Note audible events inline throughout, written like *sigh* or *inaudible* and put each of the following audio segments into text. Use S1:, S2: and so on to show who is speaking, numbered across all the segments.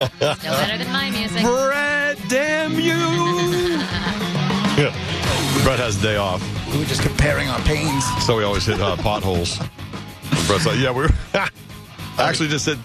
S1: No better than my music.
S2: Brad, damn you!
S3: Yeah. Brett has a day off,
S2: We *laughs* were just comparing our pains.
S3: so we always hit uh, potholes. Brett's like, yeah, we're. *laughs* I actually just said,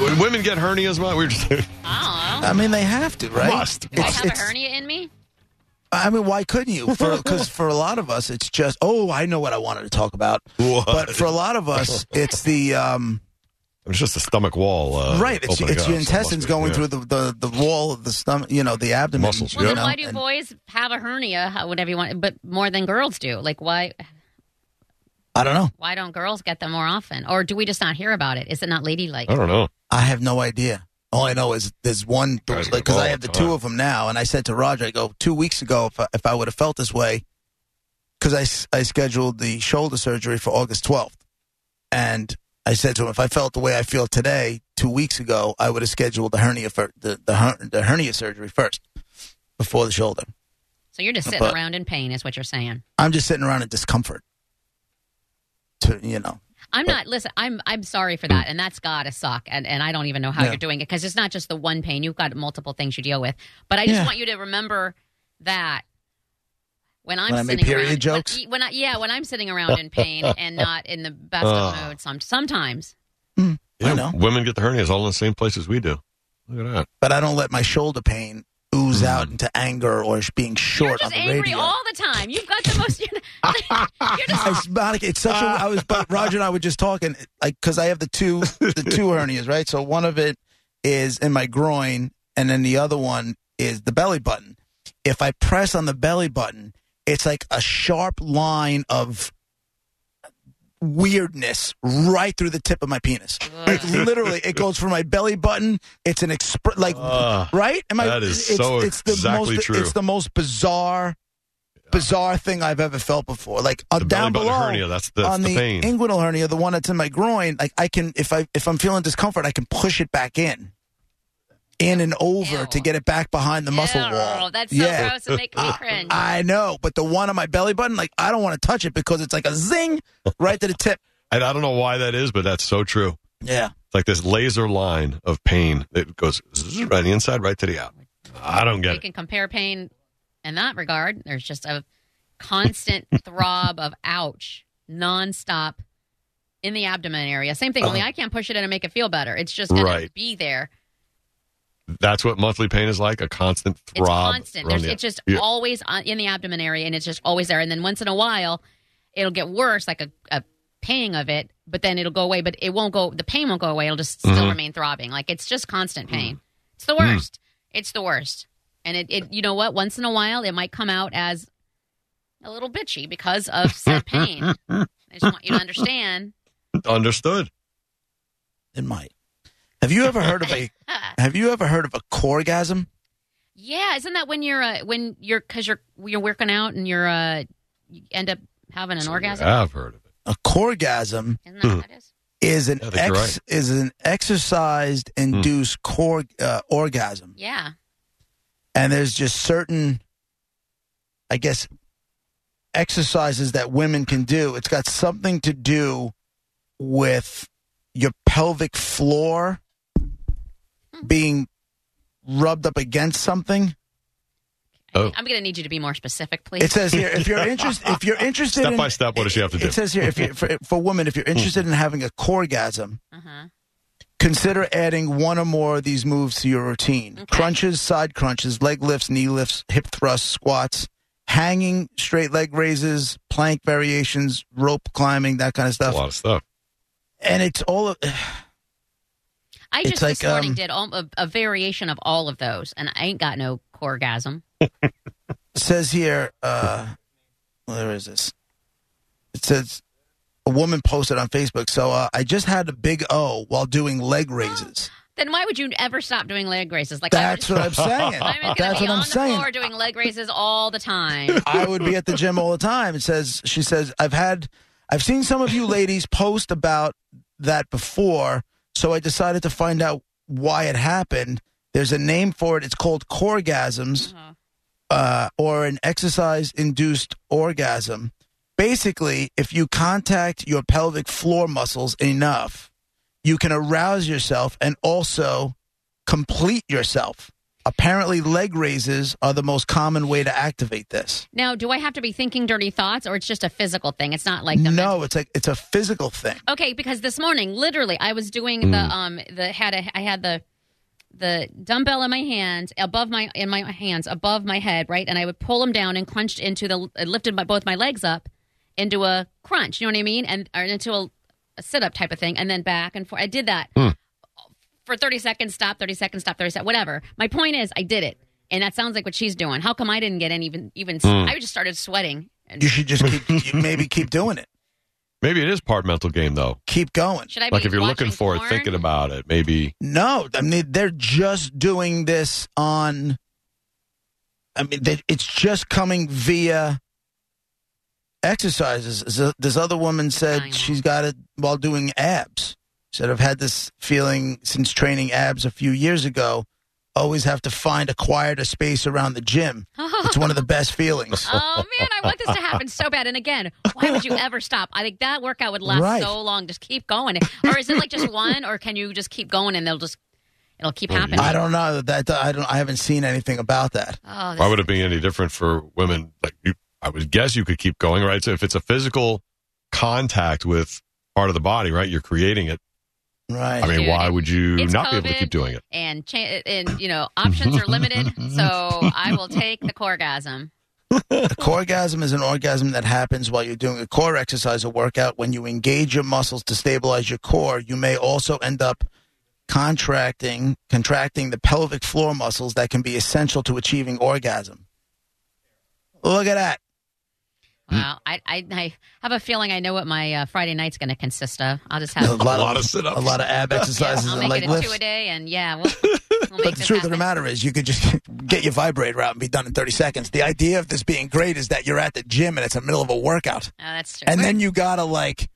S3: when women get hernias, we were just *laughs*
S1: I don't know.
S2: I mean, they have to, right?
S1: Do
S3: Must.
S1: Oh, I
S2: It's-
S1: have
S2: it's-
S1: a hernia in me?
S2: I mean, why couldn't you? Because for, a lot of us, it's just, oh, I know what I wanted to talk about.
S3: What?
S2: But for a lot of
S3: *laughs*
S2: us, it's the um,
S3: it's just a stomach wall. Uh,
S2: right. It's,
S3: opening
S2: it's
S3: up, so it
S2: your
S3: must
S2: intestines
S3: be-
S2: going
S3: yeah.
S2: through the, the the wall of the stomach, you know, the abdomen.
S3: Muscles,
S1: Well,
S2: you
S3: yeah.
S1: then
S2: know,
S1: why do
S2: and-
S1: boys have a hernia, uh, whatever you want, but more than girls do? Like, why
S2: I don't know.
S1: why don't girls get them more often? Or do we just not hear about it? Is it not ladylike?
S3: I
S2: Oh.
S3: don't know.
S2: I have no idea. All I know is there's one
S3: Guys
S2: because
S3: get bald
S2: I have the
S3: all the time.
S2: two of them now, and I said to Roger, I go two weeks ago if I, if I would have felt this way, because I s- I scheduled the shoulder surgery for August 12th, and I said to him if I felt the way I feel today two weeks ago, I would have scheduled the hernia for the the, her, the hernia surgery first before the shoulder.
S1: So you're just sitting
S2: But-
S1: around in pain, is what you're saying.
S2: I'm just sitting around in discomfort. To you know,
S1: I'm not. Listen, I'm I'm sorry for that, and that's gotta suck. And and I don't even know how
S2: Yeah.
S1: you're doing it because it's not just the one pain. You've got multiple things you deal with. But I just
S2: Yeah.
S1: want you to remember that when I'm
S2: When I make
S1: sitting
S2: period
S1: around,
S2: jokes?
S1: When, when I yeah, when I'm sitting around in
S2: *laughs*
S1: pain and not in the best of
S3: Oh.
S1: mood, some, sometimes.
S2: I
S3: Yeah,
S2: know.
S3: Women get the hernias all in the same places we do. Look at that.
S2: but I don't let my shoulder pain
S3: Mm-hmm.
S2: ooze out into anger or sh- being short
S1: You're just
S2: on the
S1: angry
S2: radio.
S1: all the time. You've got the most.
S2: *laughs*
S1: You're, you're just
S2: It's Monica, it's such a. I was, but Roger and I were just talking, like, because I have the two, the two hernias, right? So one of it is in my groin, and then the other one is the belly button. If I press on the belly button, it's like a sharp line of weirdness right through the tip of my penis. Like literally, it goes from my belly button. It's an express, like,
S3: Ah,
S2: right? Am I?
S3: that is
S2: it's,
S3: so
S2: it's the
S3: exactly
S2: most,
S3: true.
S2: It's the most bizarre. Bizarre thing I've ever felt before. Like uh,
S3: the
S2: down
S3: belly
S2: below,
S3: button hernia. That's, that's
S2: on
S3: the,
S2: the,
S3: pain.
S2: inguinal hernia, the one that's in my groin, like I can if I if I'm feeling discomfort, I can push it back in, in and over
S1: Ew.
S2: to get it back behind the muscle
S1: Ew,
S2: wall. Uh,
S1: That's so gross and making
S2: *laughs*
S1: me cringe.
S2: I know, but the one on my belly button, like I don't want to touch it because it's like a zing right to the tip.
S3: and I don't know why that is, but that's so true.
S2: Yeah,
S3: It's like this laser line of pain that goes zzz, right the inside, right to the out. I don't get
S1: we
S3: it.
S1: can compare pain in that regard. There's just a constant *laughs* throb of ouch nonstop in the abdomen area. Same thing, only I can't push it in and make it feel better. It's just going to
S3: Uh-huh. Right.
S1: be there.
S3: That's what monthly pain is like—a constant
S1: It's
S3: throb.
S1: constant.
S3: around
S1: There's,
S3: the-
S1: it's just
S3: Yeah.
S1: always on, in the abdomen area and it's just always there. And then once in a while, it'll get worse, like a, a pang of it, but then it'll go away. But it won't go, the pain won't go away. It'll just still
S3: Mhm.
S1: remain throbbing. Like it's just constant pain. It's the worst. It's the worst. And it, it, you know what? Once in a while, it might come out as a little bitchy because of said pain. I just want you to understand.
S3: understood.
S2: it might. Have you ever heard of
S3: *laughs*
S2: a
S1: Ah.
S2: Have you ever heard of a corgasm?
S1: Yeah, isn't that when you're uh, when you're because you're you're working out and you're uh you end up having an orgasm?
S3: I've heard of it.
S2: A corgasm
S1: Isn't that what that is?
S2: is an
S3: I think you're
S2: ex
S3: right. Hmm.
S2: is an exercise induced cor uh, orgasm.
S1: Yeah.
S2: and there's just certain i guess exercises that women can do it's got something to do with your pelvic floor being rubbed up against something
S3: Oh.
S1: I'm gonna need you to be more specific, please.
S2: it says here if you're interested if you're interested
S3: Step
S2: in,
S3: by step, what does she have to
S2: it,
S3: do?
S2: says here if you for, for women if you're interested in having a corgasm
S1: uh-huh.
S2: Consider adding one or more of these moves to your routine crunches, side crunches, leg lifts, knee lifts, hip thrusts, squats, hanging, straight leg raises, plank variations, rope climbing, that kind of
S3: A
S2: stuff.
S3: lot of stuff.
S2: And it's all of,
S1: I
S2: it's
S1: just
S2: like,
S1: this morning
S2: um,
S1: did all, a, a variation of all of those, and I ain't got no orgasm.
S2: it says here, uh, where is this? It says a woman posted on Facebook. So uh, I just had a big O while doing leg raises.
S1: Then why would you ever stop doing leg raises? Like *gasps* *laughs* I would
S2: That's what I'm saying.
S1: I'm just gonna
S2: *laughs* That's
S1: be on
S2: what I'm
S1: the
S2: saying.
S1: floor doing leg raises all the
S2: *laughs*
S1: time.
S2: I would be at the gym all the time. It says she says I've had I've seen some of you ladies post about that before, so I decided to find out why it happened. There's a name for it. It's called corgasms
S1: Uh-huh.
S2: uh, or an exercise induced orgasm. Basically, if you contact your pelvic floor muscles enough, you can arouse yourself and also complete yourself. Apparently, leg raises are the most common way to activate this.
S1: Now, do I have to be thinking dirty thoughts or it's just a physical thing? It's not like the mental- Oh.
S2: no, it's like it's a physical thing.
S1: Okay, because this morning, literally, I was doing the
S3: Mm.
S1: um the had a I had the the dumbbell in my hand above my in my hands above my head, right, and I would pull them down and crunched into the I lifted my, both my legs up into a crunch. You know what I mean? And or into a, a sit up type of thing, and then back and forth. I did that
S3: Hmm.
S1: for thirty seconds. Stop. Thirty seconds. Stop. Thirty seconds. Whatever. My point is, I did it, and that sounds like what she's doing. How come I didn't get any even even?
S3: Hmm.
S1: I just started sweating. And
S2: You should just keep, you maybe keep doing it.
S3: Maybe it is part mental game though.
S2: Keep going.
S1: should I be
S3: Like if you're looking
S1: watching
S3: for it,
S1: porn?
S3: thinking about it, maybe.
S2: No, I mean they're just doing this on. I mean, they, it's just coming via exercises. This- This other woman
S1: Dialogue.
S2: said she's got it while doing abs. She said I've had this feeling since training abs a few years ago. Always have to find a quieter space around the gym.
S1: *laughs*
S2: It's one of the best feelings.
S1: Oh man, I want this to happen so bad. And again, why
S2: *laughs*
S1: would you ever stop? I think that workout would last
S2: Right.
S1: so long. Just keep going. Or is it like just one, or can you just keep going and they'll just it'll
S2: Oh,
S1: keep happening?
S2: I don't know that I don't. I haven't seen anything about that.
S1: Oh, this
S3: Why would it be any different for women? Like you, I would guess you could keep going, right? So if it's a physical contact with part of the body, right? You're creating it.
S2: Right.
S3: I mean,
S1: Dude,
S3: why would you
S1: it's
S3: not be able to
S1: COVID.
S3: keep doing it?
S1: and cha- and you know options are limited,
S2: *laughs*
S1: so I will take the corgasm.
S2: A coregasm is an orgasm that happens while you're doing a core exercise or workout. When you engage your muscles to stabilize your core, you may also end up contracting contracting the pelvic floor muscles that can be essential to achieving orgasm. Look at that.
S1: Wow, I, I I have a feeling I know what my uh, Friday night's going to consist of. I'll just
S2: A
S1: have
S2: lot,
S3: A lot
S2: of,
S3: of sit-ups.
S2: A lot of ab exercises
S1: I'll
S2: and
S1: make
S2: leg
S1: it a two
S2: lifts.
S1: a day, and yeah,
S2: *laughs*
S1: we'll, we'll make
S2: But the
S1: this
S2: truth of the
S1: happen.
S2: matter is, you could just *laughs* get your vibrator out and be done in 30 seconds. The idea of this being great is that you're at the gym and it's the middle of a workout.
S1: Oh, that's true.
S2: and then you gotta like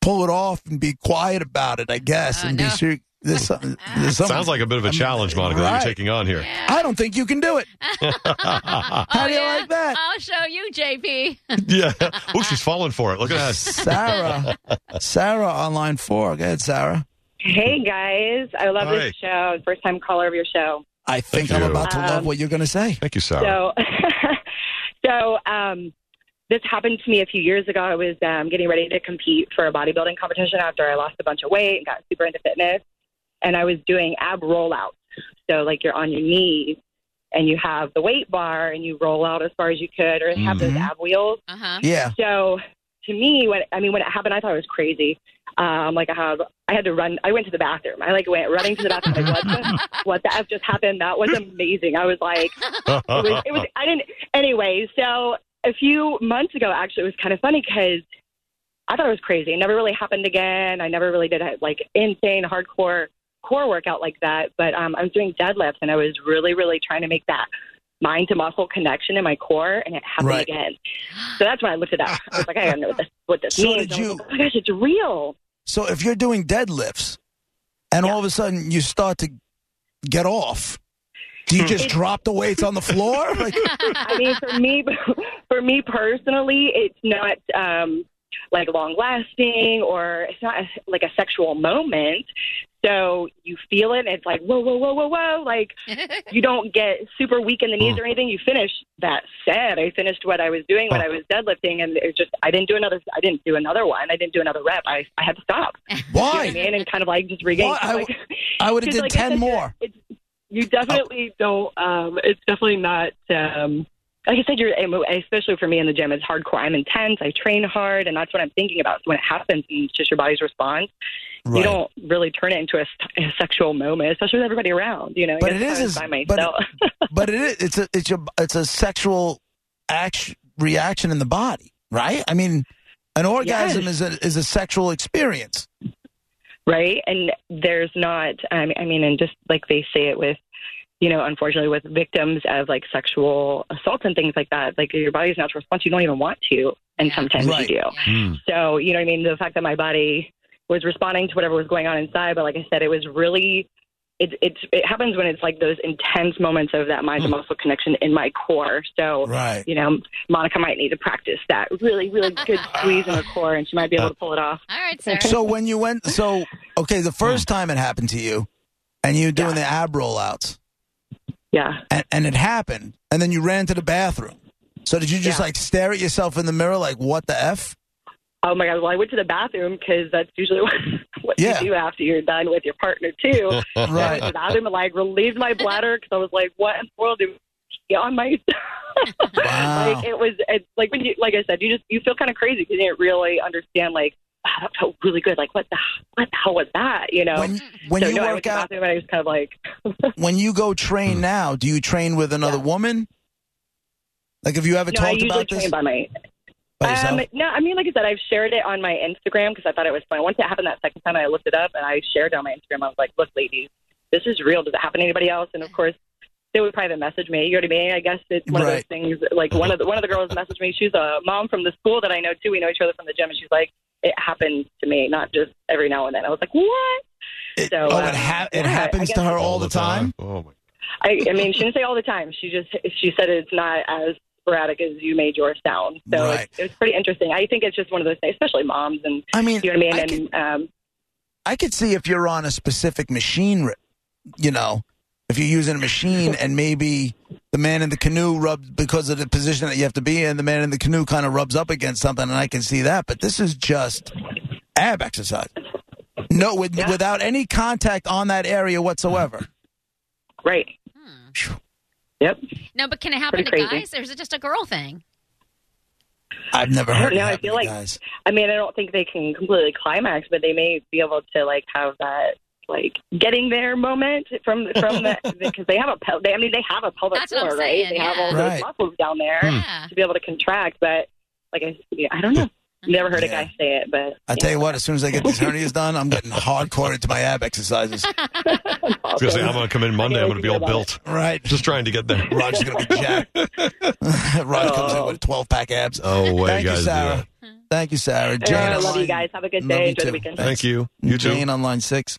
S2: pull it off and be quiet about it, I guess,
S1: Oh,
S2: and
S1: no.
S2: be uh, sure. There's something, there's something.
S3: Sounds like a bit of a challenge, Monica, that
S2: right.
S3: you're taking
S1: *laughs*
S3: on here. *laughs*
S2: I don't think you can do it. How
S1: Oh,
S2: do you
S1: yeah?
S2: like that,
S3: *laughs*
S1: I'll show you, *laughs* JP.
S3: Yeah. Oh, she's falling for it. Look
S1: *laughs*
S3: at that.
S2: Sarah? Sarah on line four. Go ahead, Sarah.
S4: Hey guys, I love this show. First time caller of your show.
S2: I think
S3: Thank
S2: I'm
S3: you.
S2: about to love
S4: Um,
S2: what you're gonna say.
S3: Thank you, Sarah.
S4: So, *laughs* so um, this happened to me a few years ago. I was um, getting ready to compete for a bodybuilding competition after I lost a bunch of weight and got super into fitness, and I was doing ab rollouts. So like you're on your knees and you have the weight bar and you roll out as far as you could, or have those
S2: Mhm.
S4: ab wheels.
S1: Uh *laughs* huh.
S2: Yeah,
S4: So to me, when I mean when it happened, I thought it was crazy. Um, like I have, I had to run. I went to the bathroom. I like went running to the bathroom. Like what the, what the f just happened? That was amazing. I was like, it was,
S3: *laughs*
S4: it was. I didn't. Anyway, so a few months ago, actually, it was kind of funny because I thought it was crazy. It never really happened again. I never really did like insane hardcore core workout like that. But um, I was doing deadlifts, and I was really, really trying to make that mind to muscle connection in my core, and it happened
S2: Right.
S4: again. So that's when I looked it up. I was like, I don't know what this, what this
S2: So
S4: means.
S2: did
S4: I was
S2: you-
S4: like, oh my gosh, it's real.
S2: So if you're doing deadlifts, and all of a sudden you start to get off, do
S3: Hmm.
S2: you just drop the weights on the floor? Like,
S4: I mean, for me, *laughs* for me personally, it's not um, like long lasting or it's not a, like a sexual moment. So you feel it, and it's like whoa, whoa, whoa, whoa, whoa. Like you don't get super weak in the
S2: Mm.
S4: knees or anything. You finish that set. I finished what I was doing when I
S2: Oh.
S4: was deadlifting, and it just I didn't do another. I didn't do another one. I didn't do another rep. I I had to stop. You know what I
S2: why?
S4: mean? And kind of like just regain.
S2: Why? I w-
S4: like-
S2: I would have
S4: She's
S2: did
S4: like,
S2: ten
S4: it's-
S2: more.
S4: it's, you definitely don't. Um, it's definitely not. Um, like I said, you're especially for me in the gym. It's hardcore. I'm intense. I train hard, and that's what I'm thinking about. So when it happens, and it's just your body's response. You
S2: Right.
S4: don't really turn it into a, s- a sexual moment, especially with everybody around. You know,
S2: But
S4: I guess
S2: it
S4: if I
S2: is
S4: was
S2: a-
S4: by
S2: but it-
S4: myself.
S2: but it is it's a it's a it's a sexual action reaction in the body, right? I mean, an orgasm is a is a sexual experience.
S4: right? And there's not, I mean- I mean, and just like they say it with, you know, unfortunately with victims of like sexual assault and things like that, like your body's natural response, you don't even want to. And
S1: Yeah.
S4: sometimes
S2: Right.
S4: you do.
S3: Hmm.
S4: *laughs* So, you know what I mean? The fact that my body was responding to whatever was going on inside, but like I said, it was really, it, it, it happens when it's like those intense moments of that mind to muscle connection in my core. So,
S2: Hmm. Right.
S4: you know, Monica might need to practice that really, really good squeeze in her core and she
S2: Uh.
S4: might be able to pull it off.
S1: All right, sir.
S2: So when you went so okay, the first time it happened to you, and you were doing the ab rollouts,
S4: Yeah.
S2: and, and it happened, and then you ran to the bathroom. So did you just
S4: Yeah.
S2: like stare at yourself in the mirror like what the f?
S4: Oh my God. Well, I went to the bathroom because that's usually *laughs* what, what
S2: Yeah. Uh.
S4: you do after you're done with your partner, too. I went
S2: *laughs*
S3: *laughs*
S4: to the bathroom and like relieved my bladder because I was like, what in the world do you on my.
S2: Wow.
S4: *laughs* Like it was, it's like when you, like I said, you just you feel kind of crazy because you didn't really understand. Like wow, that felt really good. Like what the what the hell was that? You know.
S2: When when
S4: so
S2: you
S4: no, I went
S2: work
S4: to the
S2: out,
S4: bathroom and I was kind of like,
S2: when you go train now, do you train with another
S4: Yeah.
S2: woman? Like have you ever
S4: no, I
S2: talked
S4: usually
S2: about
S4: train
S2: this
S4: by my
S2: by yourself?
S4: Um, no, I mean, like I said, I've shared it on my Instagram because I thought it was fun. Once it happened that second time, I looked it up and I shared it on my Instagram. I was like, look, ladies, this is real. Does it happen to anybody else? And of course, they would private message me. You know what I mean? I guess it's one of those
S2: Right.
S4: things. Like one of the one of the girls messaged me. She's a mom from the school that I know too. We know each other from the gym, and she's like, it happened to me, not just every now and then. I was like, what?
S2: It-
S4: so,
S2: oh,
S4: uh,
S2: it, ha-
S4: yeah,
S2: it
S4: I
S2: happens to
S4: guess-
S2: her all the time.
S3: Oh my!
S4: I, I mean, she didn't say all the time. She just she said it's not as sporadic as you made yours sound. So
S2: Right.
S4: it's, it's pretty interesting. I think it's just one of those things, especially moms and
S2: I mean,
S4: You know what I mean?
S2: I
S4: and um,
S2: I could see if you're on a specific machine, ri- you know, if you're using a machine and maybe the man in the canoe rubs because of the position that you have to be in, the man in the canoe kind of rubs up against something, and I can see that. But this is just ab exercise. No, with,
S4: Yeah.
S2: without any contact on that area whatsoever.
S4: right.
S1: Hmm.
S4: Yep.
S1: No, but can it happen to
S4: Pretty crazy.
S1: guys, or is it just a girl thing?
S2: I've never
S4: I don't
S2: heard. it
S4: know, I
S2: happen
S4: feel
S2: to
S4: like-
S2: guys.
S4: I mean, I don't think they can completely climax, but they may be able to like have that like getting there moment from
S1: *laughs*
S4: from that because they have a pel- they, I mean they have a pelvic
S1: That's what
S4: floor,
S1: I'm
S4: right?
S1: saying,
S4: they have
S1: yeah.
S4: all
S2: Right. Hmm.
S4: those muscles down there
S1: Yeah.
S4: to be able to contract, but like I, yeah, I don't know.
S1: Hmm.
S4: Never heard
S2: Yeah.
S4: a guy say it, but
S2: I
S4: *laughs*
S2: tell you what, as soon as I get these hernias done, I'm getting hardcore into my ab
S4: *laughs*
S2: exercises.
S3: I was gonna say I'm gonna come in Monday. I'm gonna be all built.
S2: *laughs* Right.
S3: Just trying to get there.
S2: Rod's gonna be *laughs* jacked. Rod comes in
S4: Oh.
S2: with 12 pack abs.
S3: Oh, way
S2: Thank
S3: you
S2: you,
S3: guys do
S2: Sarah.
S3: that.
S2: Thank you, Sarah. Jane,
S4: I love
S2: online-
S4: you guys. Have a good
S2: Love
S4: day.
S2: you
S4: Enjoy
S2: too.
S4: the weekend.
S3: Thank you. You too.
S2: Jane on line six.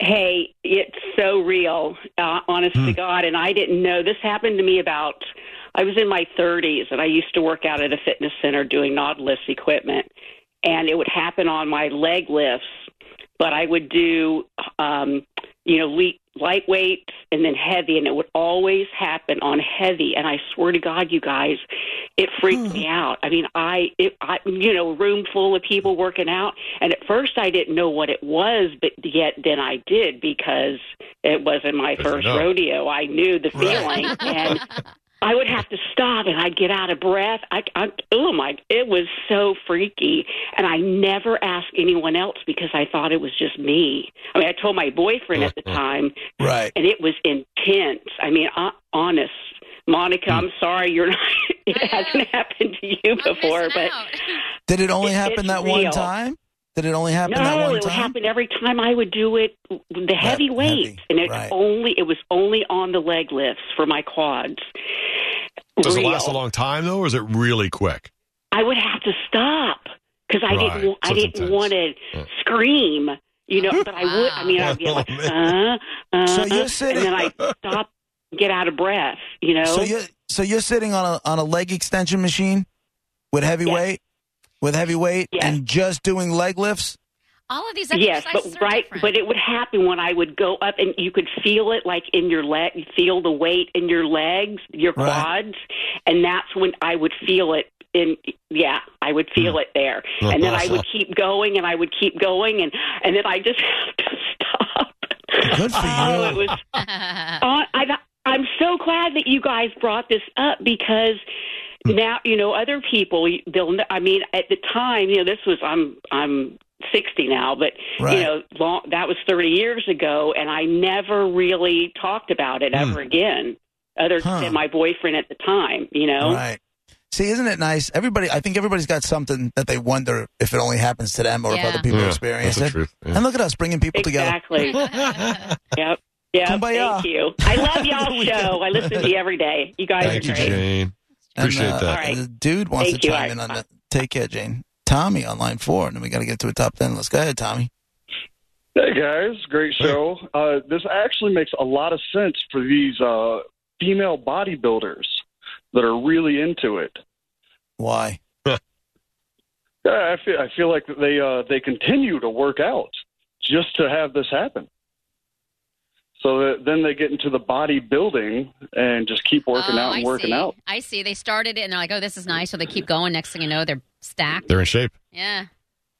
S5: Hey, it's so real, uh, honest
S3: Hmm.
S5: to God. And I didn't know this happened to me about, I was in my 30s and I used to work out at a fitness center doing Nautilus equipment. And it would happen on my leg lifts, but I would do, um, you know, le- lightweight and then heavy. And it would always happen on heavy. And I swear to God, you guys, it freaked me out. I mean, I, it, I, you know, room full of people working out, and at first I didn't know what it was, but yet then I did because it wasn't my
S3: Because you
S5: first
S3: know.
S5: rodeo. I knew the
S2: Right.
S5: feeling,
S1: *laughs*
S5: and I would have to stop, and I'd get out of breath. I, I, oh my! It was so freaky, and I never asked anyone else because I thought it was just me. I mean, I told my boyfriend at the time,
S2: Right.
S5: and it was intense. I mean, uh, honest, Monica, I'm sorry you're not. *laughs* It
S1: I know.
S5: hasn't happened to you
S1: I'm
S5: before,
S1: missing
S5: but
S1: out.
S2: Did it only
S5: It-
S2: happen
S5: it's
S2: that one
S5: real.
S2: time? Did it only happen
S5: no,
S2: that one
S5: it would
S2: time?
S5: happen every time I would do it. The heavy
S2: heavy,
S5: weights, and it
S2: right.
S5: only it was only on the leg lifts for my quads.
S3: Does it
S5: Real.
S3: last a long time though, or is it really quick?
S5: I would have to stop because I
S3: Right.
S5: didn't. wa-
S3: So
S5: I
S3: it's
S5: didn't
S3: intense.
S5: want to
S3: Yeah.
S5: scream. You know, but I would.
S2: *laughs*
S5: I mean, I'd be like, uh, uh,
S2: So you're
S5: uh,
S2: sitting-
S5: and
S2: *laughs*
S5: then I stop, get out of breath. You know,
S2: So you're so you're sitting on a on a leg extension machine with heavy
S5: Yes.
S2: weight, with heavy weight,
S5: Yes.
S2: and just doing leg lifts.
S1: All of these
S5: Yes,
S1: exercises
S5: but
S1: are
S5: right,
S1: different. *laughs*
S5: but it would happen when I would go up, and you could feel it like in your leg, you feel the weight in your legs, your
S2: Right.
S5: quads, and that's when I would feel it. In yeah, I would feel
S2: Mm.
S5: it there,
S2: Oh,
S5: and then I would keep going, and I would keep going, and and then I just *laughs* have to stop.
S2: *laughs* Good for
S5: Oh,
S2: you.
S5: it was uh, I got, I'm so glad that you guys brought this up because
S2: Hmm.
S5: now you know other people. They'll. kn- I mean, at the time, you know, this was I'm I'm 60 now, but
S2: Right.
S5: you know, long, that was 30 years ago, and I never really talked about it ever again, other
S2: Hmm. Huh.
S5: than my boyfriend at the time. You know,
S2: Right. See, isn't it nice? Everybody, I think everybody's got something that they wonder if it only happens to them or if
S1: Yeah.
S2: other people
S3: Yeah,
S2: experience
S3: That's the
S2: it.
S3: truth.
S2: And look at us bringing people together. *laughs*
S5: exactly.
S1: *laughs*
S5: yep. Yeah,
S2: Kumbaya.
S5: thank you. I
S2: *laughs*
S5: love
S2: We-
S5: y'all's show. I listen to you every day. You guys
S3: Thank
S5: are
S3: you,
S5: great.
S3: Jane. Appreciate
S2: and, uh,
S3: that.
S5: All right.
S2: The dude wants
S5: Thank
S2: to
S5: you.
S2: chime
S5: All
S2: in on
S5: right.
S2: that. Take care, Jane. Tommy on line four, and then we got to get to a top ten. Let's go ahead, Tommy.
S6: Hey guys, great
S3: Hey.
S6: show. Uh, this actually makes a lot of sense for these uh, female bodybuilders that are really into it.
S2: Why?
S6: Yeah, I feel I feel like they uh, they continue to work out just to have this happen. So that, then they get into the bodybuilding and just keep working
S1: Oh,
S6: out and
S1: I
S6: working
S1: see.
S6: out.
S1: I see. They started it and they're like, oh, this is nice. So they keep going. Next thing you know, they're stacked.
S3: They're in shape,
S1: Yeah.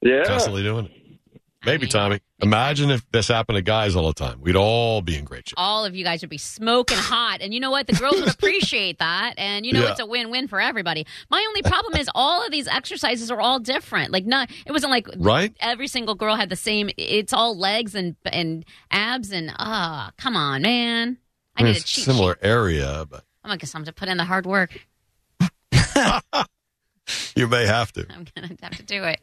S6: Yeah.
S3: constantly doing it. Maybe,
S1: mean-
S3: Tommy. Imagine if this happened to guys all the time. We'd all be in great shape.
S1: All of you guys would be smoking hot. And you know what? The girls would appreciate that. And you know,
S3: Yeah.
S1: it's a win win for everybody. My only problem is all of these exercises are all different. Like, not, it wasn't like
S3: Right?
S1: every single girl had the same. It's all legs and and abs and ah, come on, man. I need a
S3: it's
S1: cheat
S3: similar
S1: sheet.
S3: area, but
S1: I'm gonna I'm gonna put in the hard work. *laughs*
S3: you may have to.
S1: I'm gonna have to do it.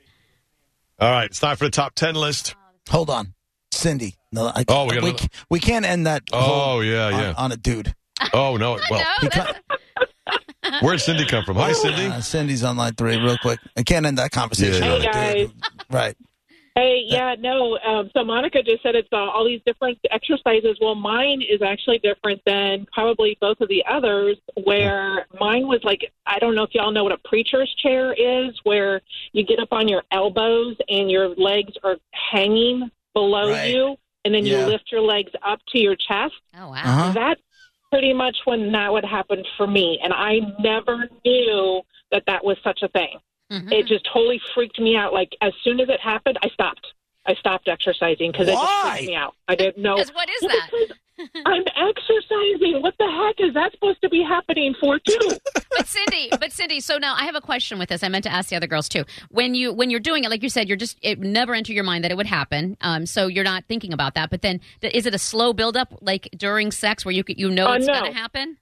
S1: *laughs*
S3: All right, it's time for the top 10 list.
S2: Hold on, Cindy. No, I,
S3: Oh, we got
S2: we,
S3: another-
S2: we can't end that. whole
S3: Oh, yeah,
S2: on,
S3: yeah.
S1: *laughs*
S2: on a dude.
S3: Oh, no. Well,
S1: no, that's,
S3: where'd Cindy come from?
S1: Oh.
S3: Hi, Cindy.
S2: Uh, Cindy's on line three, real quick. I can't end that conversation.
S3: Yeah,
S2: on
S3: yeah.
S2: a dude. Right.
S4: Hey, yeah, no. Um, so Monica just said it's uh, all these different exercises. Well, mine is actually different than probably both of the others, where mine was like, I don't know if y'all know what a preacher's chair is, where you get up on your elbows and your legs are hanging below
S2: Right.
S4: you, and then
S2: Yeah.
S4: you lift your legs up to your chest.
S1: oh wow.
S2: Uh-huh.
S4: That's pretty much when that would happen for me. And I never knew that that was such a thing
S1: Mhm.
S4: it just totally freaked me out. Like as soon as it happened, I stopped. I stopped exercising because it just
S2: Why?
S4: freaked me out. I didn't know.
S1: Because what is that?
S4: I'm exercising. What the heck is that supposed to be happening for too?
S1: But Cindy, but Cindy. So now I have a question with this. I meant to ask the other girls too. When you when you're doing it, like you said, you're just it never entered your mind that it would happen. Um, so you're not thinking about that. But then, th- is it a slow buildup like during sex where you c- you know
S4: Uh,
S1: it's
S4: no.
S1: gonna happen?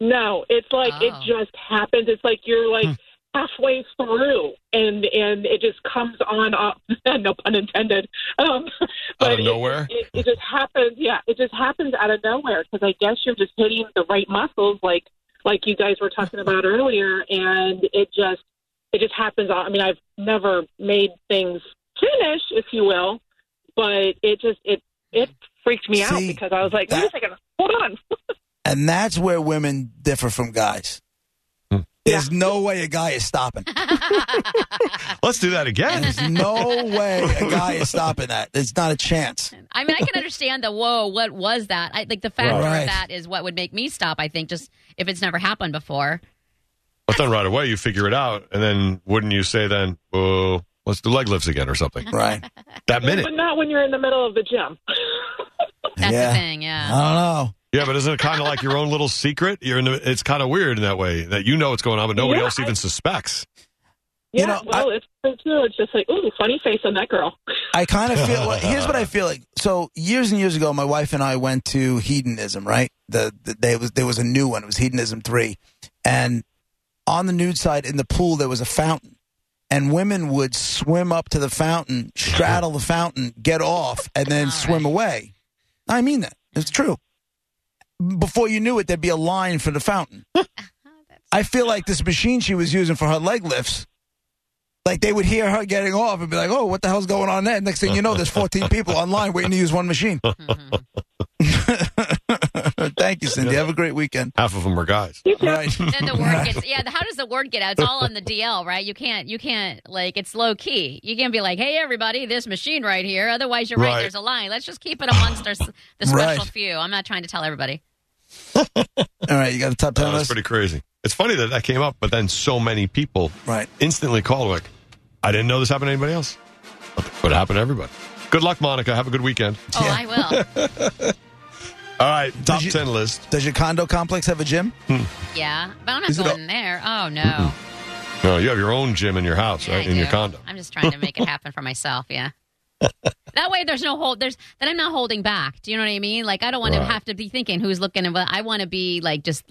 S4: no, it's like it
S1: Oh.
S4: just happens. It's like you're like halfway through, and and it just comes on. Up, *laughs* no pun intended. Um, but
S3: Out of
S4: it-
S3: nowhere?
S4: It, it just happens. Yeah, it just happens out of nowhere because I guess you're just hitting the right muscles, like like you guys were talking about earlier, and it just it just happens. I mean, I've never made things finish, if you will, but it just it it freaked me out
S2: See,
S4: because I was like, wait a
S2: that-
S4: second, hold on.
S2: And that's where women differ from guys.
S3: Hmm.
S2: There's no way a guy is stopping.
S3: Let's do that again.
S2: There's
S3: *laughs*
S2: no way a guy is stopping that. There's not a chance.
S1: I mean, I can understand the whoa, what was that? I like the factor
S2: Right.
S1: of that is what would make me stop. I think just if it's never happened before.
S3: But then right away, you figure it out. And then wouldn't you say then, oh, let's do leg lifts again or something?
S1: *laughs*
S2: Right.
S3: That minute.
S4: *laughs* But not when you're in the middle of the gym.
S1: That's
S2: yeah.
S1: the thing. Yeah.
S2: I don't know.
S3: Yeah, but isn't it kind of like your own little secret? You're in the, it's kind of weird in that way that you know what's going on, but nobody
S4: Yeah,
S3: else
S4: I-
S3: even suspects.
S4: Yeah,
S2: You know,
S4: well, it's true too. It's just like, ooh, funny face on that girl.
S2: I kind of feel. Like, here's what I feel like. So years and years ago, my wife and I went to hedonism. Right. The, the there was there was a new one. It was hedonism three, and on the nude side in the pool there was a fountain, and women would swim up to the fountain, straddle the fountain, get off, and then
S1: All
S2: swim
S1: right.
S2: away. I mean that. It's true. Before you knew it, there'd be a line for the fountain. I feel like this machine she was using for her leg lifts, like they would hear her getting off and be like, "Oh, what the hell's going on there?" Next thing you know, there's 14 people online waiting to use one machine. *laughs*
S1: Mhm.
S2: Thank you, Cindy. Have a great weekend.
S3: Half of them are guys.
S2: Right.
S1: then the
S2: *laughs*
S1: word gets yeah. the- How does the word get out? It's all on the DL, right? You can't you can't like it's low key. You can't be like, hey everybody, this machine right here. Otherwise, you're right.
S3: Right.
S1: There's a line. Let's just keep it amongst our, s- the special
S2: Right.
S1: few. I'm not trying to tell everybody.
S2: All right, you got the top
S3: Uh,
S2: ten
S3: that's
S2: list.
S3: pretty crazy. It's funny that that came up, but then so many people
S2: Right.
S3: instantly called like, I didn't know this happened to anybody else. But it happened to everybody. Good luck, Monica. Have a good weekend.
S1: Oh,
S2: Yeah.
S1: I
S2: *laughs*
S1: will.
S3: All right, top
S2: you-
S3: 10 list.
S2: Does your condo complex have a gym?
S1: Yeah, but I'm not
S2: Is it
S1: going
S2: all-
S1: in there. Oh no,
S3: No, you have your own gym in your house,
S1: Yeah, I
S3: right? In your
S1: do.
S3: condo.
S1: I'm just trying to make it happen for myself.
S3: *laughs*
S1: Yeah. that way, there's no hold. There's then I'm not holding back. Do you know what I mean? Like I don't want
S3: Right.
S1: to have to be thinking who's looking, and what- I want to be like just